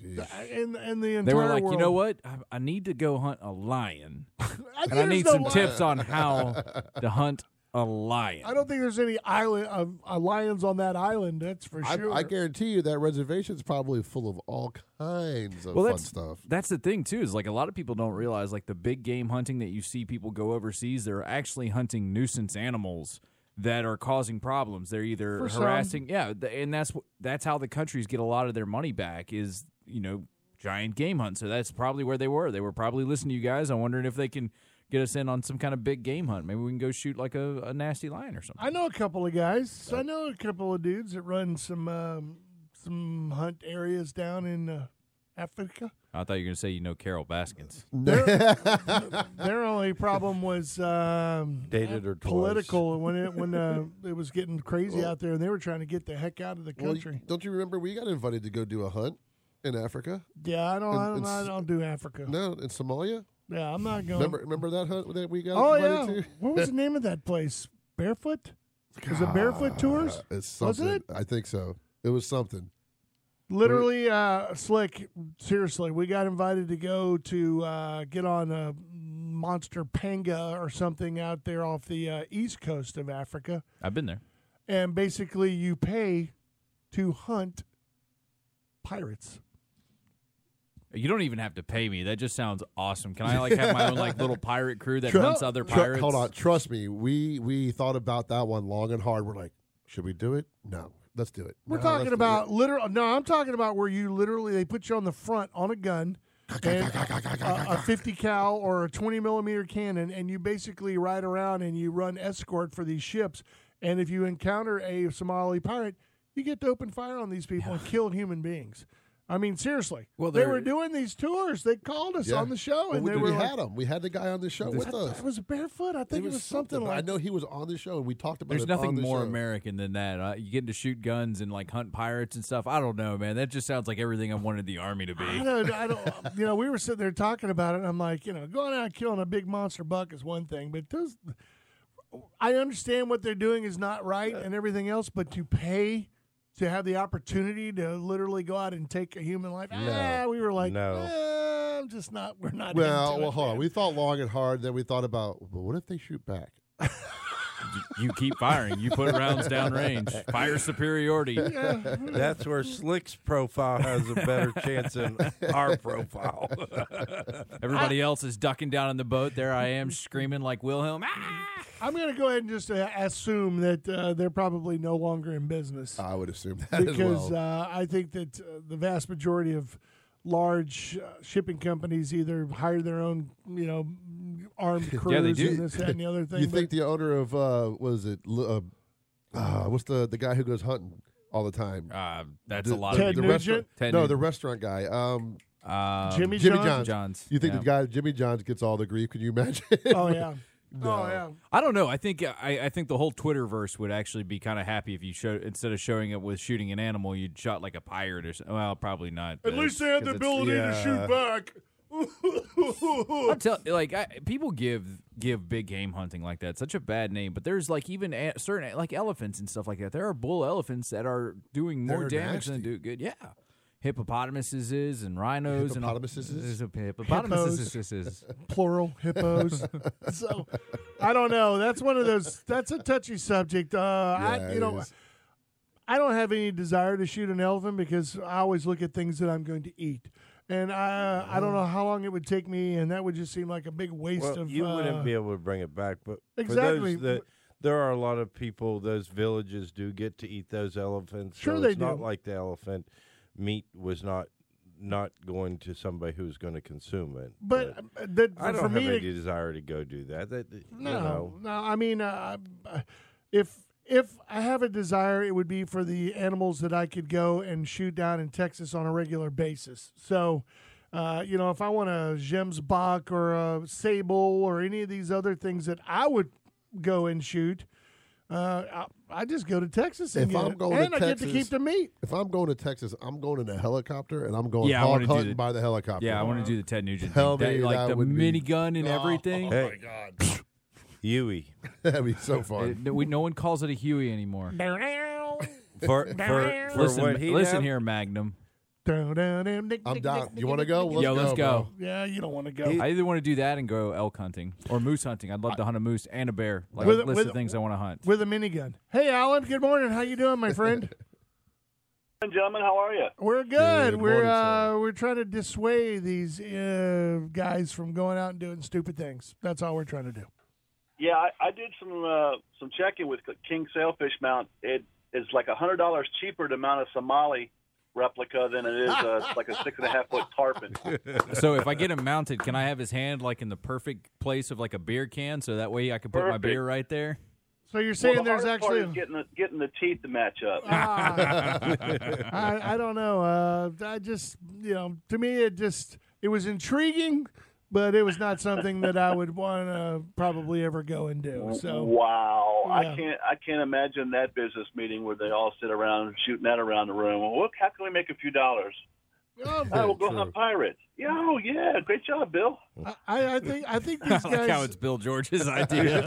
C: Jeez.
B: And and the entire
D: they were like,
B: world.
D: you know what? I, I need to go hunt a lion,
B: I,
D: and I
B: there's
D: need
B: no
D: some
B: li-
D: tips on how to hunt a lion.
B: I don't think there's any island of uh, lions on that island. That's for
C: I,
B: sure.
C: I guarantee you that reservation's probably full of all kinds of
D: well,
C: fun
D: that's
C: stuff.
D: that's the thing too. Is like a lot of people don't realize like the big game hunting that you see people go overseas. They're actually hunting nuisance animals that are causing problems. They're either
B: For some.
D: harassing, yeah, th- and that's wh- that's how the countries get a lot of their money back. Is you know giant game hunt. So that's probably where they were. They were probably listening to you guys. I'm wondering if they can get us in on some kind of big game hunt. Maybe we can go shoot like a, a nasty lion or something.
B: I know a couple of guys. I know a couple of dudes that run some um, some hunt areas down in uh, Africa.
D: I thought you were gonna say you know Carol Baskins.
C: Ah.
B: Their only problem was um,
E: Dated or
B: political when it when uh, it was getting crazy out there, and they were trying to get the heck out of the
C: Well,
B: country.
C: don't you remember we got invited to go do a hunt in Africa?
B: yeah, I don't, I
C: and-
B: don't, I
C: and-
B: don't do Africa.
C: No, in Somalia.
B: Yeah, I'm not going.
C: Remember, remember that hunt that we got
B: oh yeah,
C: invited
B: what was the name of that place? Barefoot. Was it Barefoot Tours?
C: to? Uh, It's
B: Was
C: something. I think so. It was something.
B: Literally, uh, slick. Seriously, we got invited to go to uh, get on a monster panga or something out there off the uh, east coast of Africa,
D: I've been there.
B: and basically you pay to hunt pirates.
D: You don't even have to pay me. That just sounds awesome. Can I like have my own like little pirate crew that hunts other
C: Tru-
D: pirates?
C: hold on, trust me. We we thought about that one long and hard. We're like, should we do it? No, let's do it.
B: We're
C: No, let's
B: talking
C: do
B: about literal. No, I'm talking about where you literally they put you on the front on a gun, and a, a 50 cal or a 20 millimeter cannon, and you basically ride around and you run escort for these ships. And if you encounter a Somali pirate, you get to open fire on these people and kill human beings. I mean, seriously.
D: Well,
B: they
D: they're-
B: were doing these tours. They called us
C: Yeah.
B: on the show,
C: Well,
B: and
C: we,
B: they
C: we
B: were like,
C: had him. We had the guy on the show with
B: I-
C: us.
B: I was barefoot. I think it was, something,
C: but
B: like
C: I know he was on the show, and we talked about.
D: There's
C: it on
D: nothing
C: the
D: more
C: show.
D: American than that. Uh, you getting to shoot guns and like hunt pirates and stuff. I don't know, man. That just sounds like everything I wanted the army to
B: I
D: be.
B: don't, I don't, you know, we were sitting there talking about it, and I'm like, you know, going out and killing a big monster buck is one thing, but those, I understand what they're doing is not right and everything else, but to pay to have the opportunity to literally go out and take a human life, ah, we were like,
E: No.
B: "Eh, I'm just not, we're not.
C: Well,
B: into
C: well,
B: it,
C: hold on.
B: man."
C: We thought long and hard. Then we thought about, well, what if they shoot back?
D: you keep firing. You put rounds down range. Fire superiority.
E: That's where Slick's profile has a better chance than our profile.
D: Everybody else is ducking down in the boat. There I am screaming like Wilhelm. Ah!
B: I'm going to go ahead and just uh, assume that uh, they're probably no longer in business.
C: I would assume that
B: because
C: as well.
B: uh, I think that uh, the vast majority of large uh, shipping companies either hire their own, you know, armed crews
D: Yeah, they do.
B: and this that, and the other thing.
C: you
B: but
C: think the owner of uh, was it? Lu- Uh, uh, what's the the guy who goes hunting all the time?
D: Uh, that's a
C: The-
D: lot
B: Ted
D: of people.
B: Nugent?
C: restaurant-
D: Ted
C: no,
D: Nugent.
C: the restaurant guy. Um,
D: Um,
B: Jimmy,
C: Jimmy
B: John?
C: John.
D: Johns.
C: you think
D: yeah.
C: the guy Jimmy Johns gets all the grief? Can you imagine?
B: Oh yeah. Oh yeah.
D: I don't know. I think uh, I, I think the whole Twitterverse would actually be kind of happy if you showed instead of showing it with shooting an animal, you'd shot like a pirate or something. Well, probably not. but- because it's-
B: to shoot back.
D: I'll tell like I, people give give big game hunting like that such a bad name, but there's like even a, certain like elephants and stuff like that. There are bull elephants that are doing more
C: They're
D: damage than
C: nasty.
D: do good. Yeah, hippopotamuses is and rhinos
C: Hippopotamuses?
D: and hippopotamuses.
B: Plural hippos. so I don't know. That's one of those. That's a touchy subject. Uh,
C: Yeah,
B: I
C: it
B: you know.
C: is.
B: I don't have any desire to shoot an elephant because I always look at things that I'm going to eat. And I, I don't know how long it would take me, and that would just seem like a big waste
E: Oh. well,
B: of.
E: you
B: uh,
E: wouldn't be able to bring it back, but
B: Exactly.
E: For those that, there are a lot of people. Those villages do get to eat those elephants.
B: Sure
E: so
B: they
E: it's Not
B: do.
E: like the elephant meat was not not going to somebody who's going to consume it.
B: but uh, that
E: I don't
B: for
E: have
B: me,
E: any
B: to,
E: desire to go do that. That- that- you
B: no,
E: know.
B: no. I mean, uh, if if I have a desire, it would be for the animals that I could go and shoot down in Texas on a regular basis. So, uh, you know, if I want a Gemsbok or a Sable or any of these other things that I would go and shoot, uh, I, I just go to Texas and,
C: If
B: get
C: I'm
B: it.
C: going to
B: and I get
C: Texas-
B: to keep the meat.
C: If I'm going to Texas, I'm going in a helicopter and I'm going
D: Yeah, I
C: hog
D: wanna do
C: hunting
D: the-
C: by the helicopter.
D: Yeah, I want to do the Ted Nugent
C: Tell
D: thing. That-
C: me
D: like
C: that
D: the
C: would be-
D: minigun and
C: Oh.
D: everything.
E: Hey.
C: God,
E: Huey.
C: that'd be so
D: Uh,
C: fun.
D: no- we, no one calls it a Huey anymore.
E: For, for, for
D: listen,
E: what he
D: listen
E: done-
D: here, Magnum.
C: I'm down. You want to go? Let's
D: Yo, let's go.
C: bro.
B: Yeah, you don't want to go.
D: I either want to do that and go elk hunting or moose hunting. I'd love to hunt a moose and a bear. Like
B: With-
D: a list
B: with-
D: of things I want to hunt.
B: with a minigun. Hey, Alan. Good morning. How you doing, my friend?
F: Hey, gentlemen, how are you?
B: We're good.
C: Good
B: we're
C: morning, sir.
B: uh, we're trying to dissuade these uh, guys from going out and doing stupid things. That's all we're trying to do.
F: Yeah, I, I did some uh, some checking with King Sailfish Mount. It is like a hundred dollars cheaper to mount a Somali replica than it is uh, like a six and a half foot tarpon.
D: so if I get him mounted, can I have his hand like in the perfect place of like a beer can, so that way I can put my
F: Perfect.
D: beer right there?
B: So you're
F: Well,
B: saying
F: the
B: there's
F: hardest part
B: actually
F: is getting the getting the teeth to match up.
B: Ah, I, I don't know. Uh, I just you know, to me it just it was intriguing, but it was not something that I would want to probably ever go and do. So
F: wow,
B: Yeah.
F: I can't I can't imagine that business meeting where they all sit around shooting that around the room. Well, look, how can we make a few dollars?
B: um,
F: I will go
C: true.
F: hunt pirates. Yeah, oh yeah, great job, Bill.
B: I, I think I think these
D: I like how
B: guys.
D: it's Bill George's idea.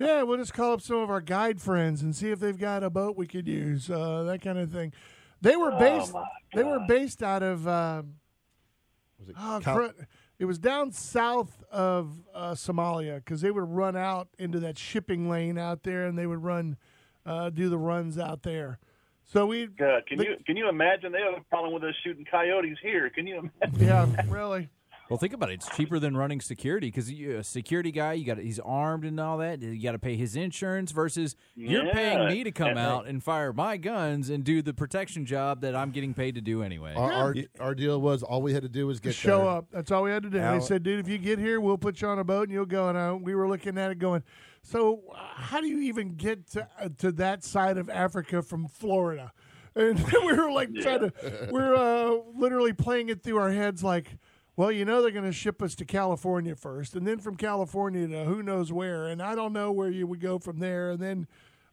B: Yeah, we'll just call up some of our guide friends and see if they've got a boat we could use, uh, that kind of thing. They were based.
F: Oh, my
B: they were
F: God.
B: based out of. Um,
C: Was it
B: oh,
C: Cal-
B: cru- it was down south of uh, Somalia because they would run out into that shipping lane out there, and they would run, uh, do the runs out there. So we,
F: Uh, can
B: The-
F: you can you imagine they have a problem with us shooting coyotes here? Can you imagine?
B: yeah, really.
D: well, think about it. It's cheaper than running security because a security guy, you got he's armed and all that. You got to pay his insurance versus you're
F: Yeah,
D: paying me to come
F: and they-
D: out and fire my guns and do the protection job that I'm getting paid to do anyway.
C: Our, our, our deal was all we had to do was get
B: show
C: there.
B: up. That's all we had to do.
E: Al-
B: they said, "Dude, if you get here, we'll put you on a boat and you'll go." And uh, we were looking at it, going, "So, uh, how do you even get to uh, to that side of Africa from Florida?" And we were like trying to, we're uh, literally playing it through our heads, like, "Well, you know, they're going to ship us to California first, and then from California to who knows where, and I don't know where you would go from there, and then."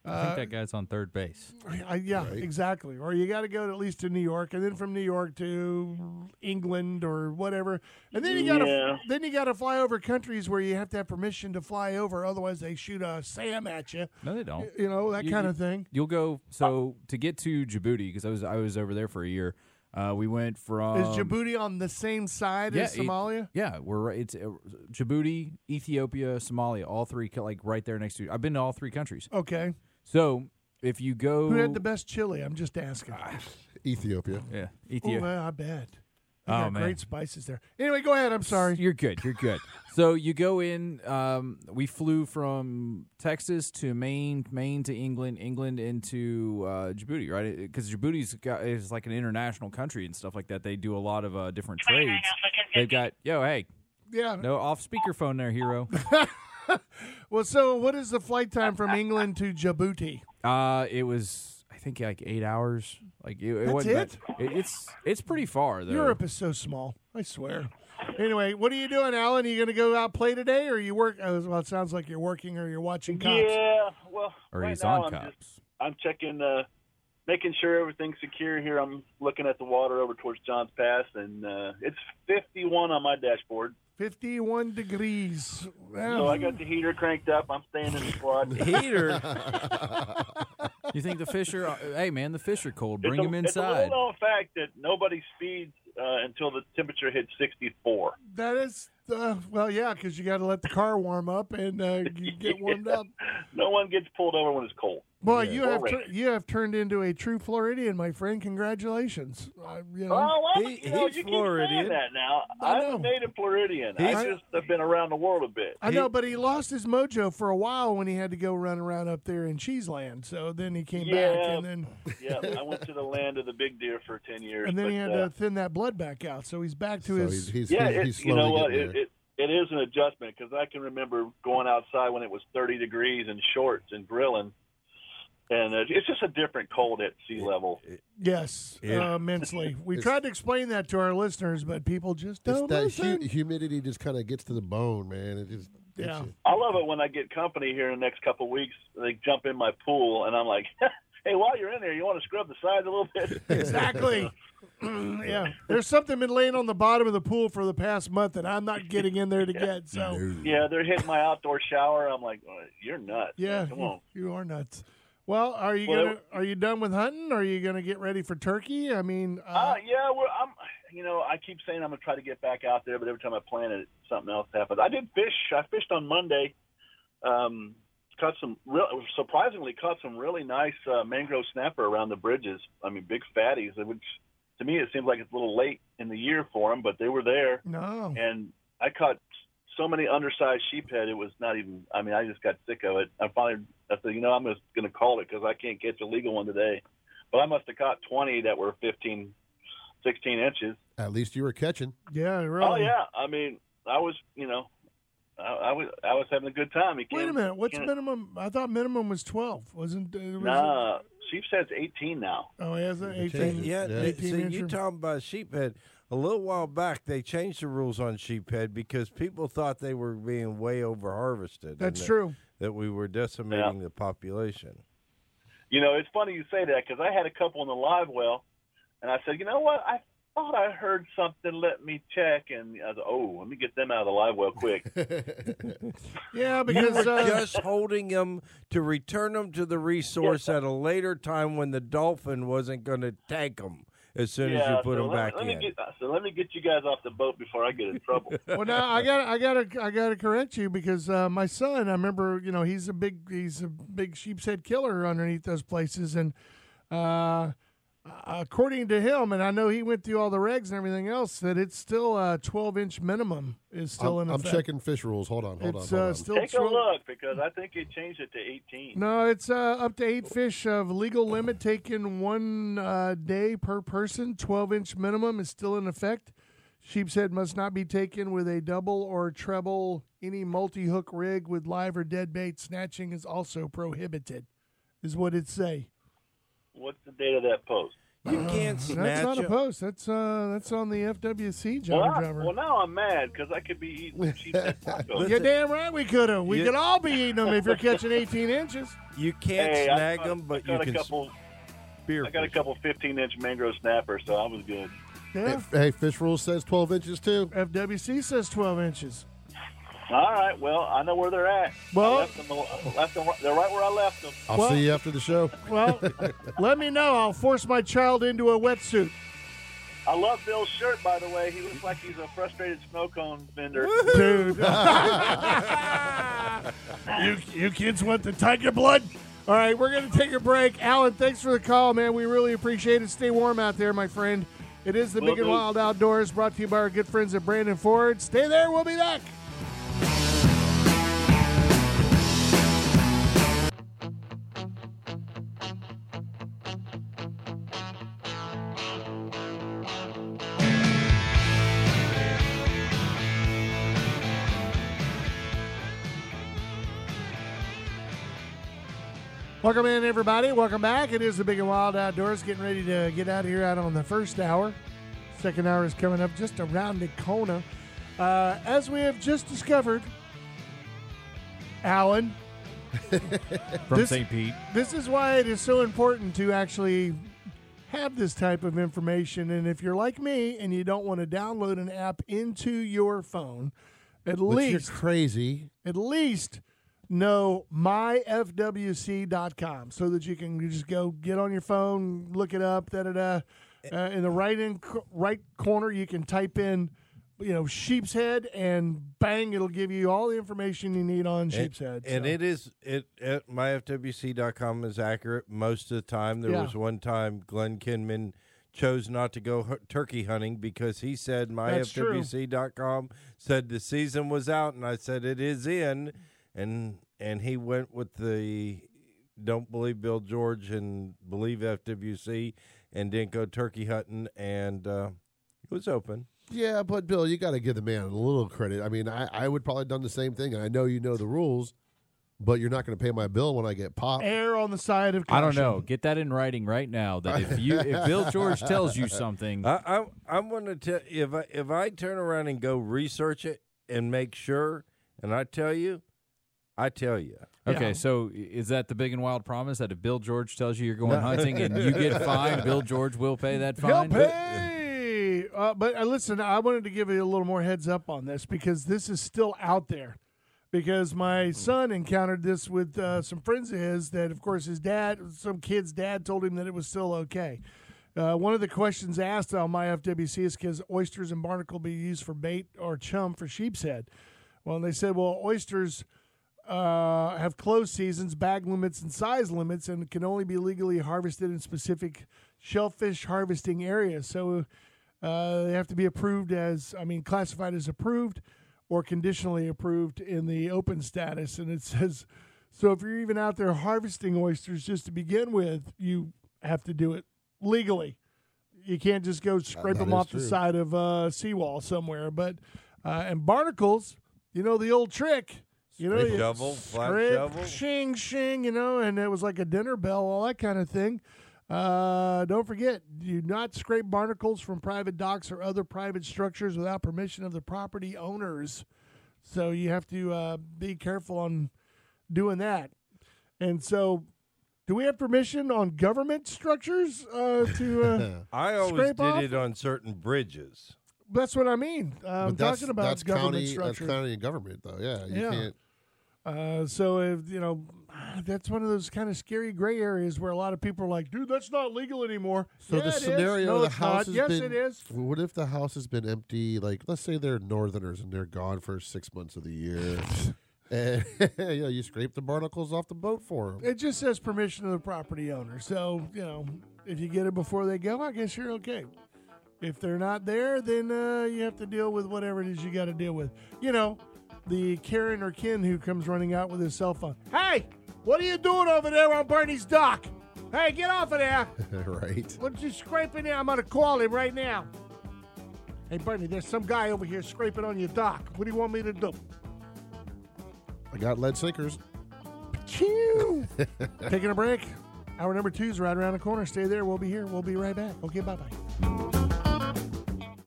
D: I think that guy's on third base.
B: I, yeah, exactly. Or you got to go to at least to New York, and then from New York to England or whatever, and then you got to
F: Yeah.
B: then you got to fly over countries where you have to have permission to fly over, otherwise they shoot a Sam at you.
D: No, they don't.
B: You know that
D: You-
B: kind
D: you-
B: of thing.
D: You'll go so to get to Djibouti because I was I was over there for a year. Uh, we went from
B: Is Djibouti on the same side as
D: it-
B: Somalia?
D: yeah, we're right. It's uh, Djibouti, Ethiopia, Somalia, all three co- like right there next to. I've been to all three countries.
B: okay.
D: So if you go,
B: Who had the best chili? I'm just asking.
C: Ethiopia.
D: Ah, yeah,
B: Ooh,
D: Ethiopia.
B: I bet. They
D: Oh,
B: got
D: man.
B: great spices there. Anyway, go ahead. I'm sorry.
D: You're good. You're good. so you go in. Um, we flew from Texas to Maine, Maine to England, England into uh, Djibouti, right? Because Djibouti's got is like an international country and stuff like that. They do a lot of uh, different trades. They've got yo, hey,
B: Yeah.
D: no off speakerphone there, hero.
B: Well, so what is the flight time from England to Djibouti?
D: Uh, it was I think like eight hours. Like it, it
B: That's
D: wasn't bad.
B: it?
D: It- It's it's pretty far though.
B: Europe is so small. I swear. Anyway, what are you doing, Alan? Are you going to go out play today, or you work? Oh, well, it sounds like you're working or you're watching cops.
F: Yeah, well,
D: or
F: right
D: he's
F: now
D: on
F: I'm
D: cops.
F: just I'm checking uh making sure everything's secure here. I'm looking at the water over towards John's Pass, and uh, it's 51 on my dashboard.
B: Fifty-one degrees.
F: So I got the heater cranked up. I'm staying in the quad. It's
D: Heater. you think the fish are? uh, Hey man, the fish are cold. Bring
F: a-
D: them
F: It's a
D: inside.
F: well-known fact that nobody speeds uh, until the temperature hits 64.
B: that is. Uh, well, yeah, because you got to let the car warm up and uh, you get warmed up.
F: No one gets pulled over when it's cold.
B: Boy, you have
F: Alright.
B: tur- you have turned into a true Floridian, my friend. Congratulations. I, you know,
F: Oh, well,
E: He-
F: you know,
E: he's
F: you keep
E: Floridian.
F: saying that now.
B: I
F: I'm a
B: know.
F: native Floridian.
E: He's-
F: I just have been around the world a bit.
B: I know, but he lost his mojo for a while when he had to go run around up there in Cheeseland. So then he came back,
F: Yeah.
B: and then
F: Yeah, I went to the land of the big deer for 10 years.
B: and then
F: but,
B: he had
F: uh,
B: to thin that blood back out. So he's back to
C: so
B: his.
C: he's, he's,
F: yeah,
C: he's,
F: it,
C: he's slowly
F: you know what?
C: getting
F: It,
C: there.
F: it, it is an adjustment because I can remember going outside when it was 30 degrees in shorts and grilling, and uh, it's just a different cold at sea level.
B: Yes,
E: Yeah.
B: uh, immensely. We
C: It's-
B: tried to explain that to our listeners, but people just
C: It's
B: don't
C: that hu-
B: listen.
C: humidity just kind of gets to the bone, man. It just gets
B: Yeah.
C: you.
F: I love it when I get company here in the next couple of weeks. They jump in my pool, and I'm like, "Hey, while you're in there, you want to scrub the sides a little bit?"
B: exactly. yeah, there's something been laying on the bottom of the pool for the past month that I'm not getting in there to get. So
F: yeah, they're hitting my outdoor shower. I'm like, "Uh, "You're nuts."
B: yeah,
F: come
B: you,
F: on.
B: you are nuts. Well, are you
F: Well,
B: gonna are you done with hunting? Are you gonna get ready for turkey? I mean, uh,
F: Uh, yeah, well, I'm. You know, I keep saying I'm gonna try to get back out there, but every time I plan it, something else happens. I did fish. I fished on Monday. Um, caught some real, surprisingly caught some really nice uh, mangrove snapper around the bridges. I mean, big fatties, which to me it seems like it's a little late in the year for them, but they were there.
B: no,
F: And I caught so many undersized sheephead, it was not even. I mean, I just got sick of it. I finally, I said, you know, I'm just gonna call it because I can't catch a legal one today. But I must have caught 20 that were 15 16 inches.
C: At least you were catching.
B: yeah, really.
F: Oh yeah, I mean, I was, you know, I, I was, I was having a good time. You
B: Wait a
F: can't-
B: minute. What's
F: can't-
B: minimum? I thought minimum was twelve. Wasn't? Uh, was it-
F: Nah, sheep says 18 now.
B: Oh, yeah, is it
C: They changed
B: eighteen?
C: it.
E: Yeah,
C: Yeah.
E: they-
B: 18
E: see, you
B: incher.
E: talking about sheephead. A little while back, they changed the rules on sheephead because people thought they were being way over harvested.
B: That's true.
E: That we were decimating the population.
F: You know, it's funny you say that because I had a couple in the live well, and I said, you know what, I thought I heard something. Let me check, and I said, oh, let me get them out of the live well quick.
B: Yeah,
E: You were
B: because uh,
E: just holding them to return them to the resource at a later time when the dolphin wasn't going to take them as soon as you put
F: so
E: them
F: let,
E: back
F: let
E: in.
F: Me get, uh, so let me get you guys off the boat before I get in trouble.
B: well, now I got I got to I got to correct you because uh, my son, I remember, you know, he's a big he's a big sheep's head killer underneath those places, and uh, according to him, and I know he went through all the regs and everything else, that it's still uh, twelve inch minimum is still
C: I'm,
B: in
C: I'm
B: effect.
C: checking fish rules. Hold on, hold
B: It's
C: on. Hold
B: uh,
C: on.
B: still
F: Take a
B: 12
F: look because I think it changed it to 18.
B: No, it's uh, up to eight fish of legal limit taken one uh, day per person. Twelve inch minimum is still in effect. Sheep's head must not be taken with a double or treble. Any multi hook rig with live or dead bait snatching is also prohibited. Is what it say.
F: What's the date of that post?
E: you can't
B: That's
E: snatch
B: not a
E: 'em.
B: post. That's uh, that's on the FWC
F: Well,
B: Johnny
F: I,
B: Driver.
F: well, now I'm mad because I could be eating cheap tacos.
B: You're damn right we could have. We
E: You-
B: could all be eating them if you're catching 18 inches.
E: You can't
F: Hey, I
E: snag
F: caught-
E: them, but
F: I
E: you
F: got
E: can
F: a couple.
E: spear
F: I got a
E: fish 'em.
F: couple 15 inch mangrove snappers, so I was good.
B: Yeah.
C: Hey, hey, fish rules says 12 inches too.
B: FWC says 12 inches.
F: All right, well, I know where they're at.
B: Well-
F: I left them, I left them, they're right where I left them.
C: I'll
B: Well-
C: see you after the show.
B: Well, let me know. I'll force my child into a wetsuit.
F: I love Bill's shirt, by the way. He looks like he's a frustrated snow cone vendor.
B: Dude. you, you kids want the tiger blood? All right, we're going to take a break. Alan, thanks for the call, man. We really appreciate it. Stay warm out there, my friend. It is the
F: Will
B: Big and
F: do.
B: Wild Outdoors brought to you by our good friends at Brandon Ford. Stay there. We'll be back. Welcome in, everybody. Welcome back. It is the Big and Wild Outdoors. Getting ready to get out of here out on the first hour. Second hour is coming up just around the corner. Uh, as we have just discovered, Alan,
D: From
B: This-
D: St. Pete.
B: this is why it is so important to actually have this type of information. And if you're like me and you don't want to download an app into your phone, at
C: But you're
B: least
C: crazy.
B: at least know myfwc.com so that you can just go get on your phone, look it up, da da da. Uh, in the right in right corner, you can type in, you know, sheep's head, and bang, it'll give you all the information you need on sheep's head.
E: And
B: so.
E: it is it at myfwc.com is accurate most of the time. There
B: Yeah.
E: was one time Glenn Kinman chose not to go hu- turkey hunting because he said
B: That's true.
E: myfwc.com said the season was out and I said it is in and and he went with the don't believe Bill George and believe FWC and didn't go turkey hunting and uh, it was open.
C: Yeah, but Bill, you got to give the man a little credit. I mean, I, I would probably done the same thing. I know you know the rules, but you're not going to pay my bill when I get popped.
B: Err on the side of
D: I don't
B: caution.
D: know. Get that in writing right now. That if you, if Bill George tells you something,
B: Uh,
E: I, I'm I'm going to tell if I, if I turn around and go research it and make sure, and I tell you, I tell you.
D: okay.
B: Yeah.
D: So i- is that the big and wild promise that if Bill George tells you you're going hunting and you get fined, Bill George will pay that
B: He'll
D: fine?
B: pay. Uh, but uh, listen, I wanted to give you a little more heads up on this because this is still out there. Because my son encountered this with uh, some friends of his that, of course, his dad, some kid's dad told him that it was still okay. Uh, one of the questions asked on my FWC is because oysters and barnacle be used for bait or chum for sheep's head? Well, they said, well, oysters uh, have closed seasons, bag limits, and size limits, and can only be legally harvested in specific shellfish harvesting areas. So uh, they have to be approved as, I mean, classified as approved or conditionally approved in the open status. And it says, so if you're even out there harvesting oysters just to begin with, you have to do it legally. You can't just go scrape
C: that
B: them
C: is
B: off the
C: true.
B: side of uh, seawall somewhere. But uh, and barnacles, you know the old trick. You know,
E: Scrape
B: you
E: shovel, flat
B: scrape,
E: shovel.
B: shing, shing, you know, and it was like a dinner bell, all that kind of thing. Uh, don't forget, do not scrape barnacles from private docks or other private structures without permission of the property owners. So you have to uh, be careful on doing that. And so, do we have permission on government structures uh, to? Uh,
E: I always
B: Scrape
E: did
B: off.
E: it on certain bridges.
B: that's what I mean. Uh, I'm
C: But that's,
B: talking about
C: that's
B: government
C: county,
B: structures.
C: That's county and government, though. Yeah, you
B: Yeah.
C: can't.
B: Uh, so if you know, ah, that's one of those kind of scary gray areas where a lot of people are like, "Dude, that's not legal anymore."
C: So
B: Yeah,
C: the
B: it is.
C: scenario
B: no,
C: the
B: it's not.
C: house has
B: Yes,
C: been.
B: it is.
C: What if the house has been empty? Like, let's say they're northerners and they're gone for six months of the year. and you know, you scrape the barnacles off the boat for them.
B: It just says permission of the property owner. So you know, if you get it before they go, I guess you're okay. If they're not there, then uh, you have to deal with whatever it is you got to deal with. You know, the Karen or Ken who comes running out with his cell phone. Hey, what are you doing over there on Bernie's dock? Hey, get off of there!
C: right.
B: What you scraping there? I'm gonna call him right now. Hey Bernie, there's some guy over here scraping on your dock. What do you want me to do?
C: I got lead sinkers.
B: Pachoo! Taking a break. Hour number two is right around the corner. Stay there. We'll be here. We'll be right back. Okay, bye bye.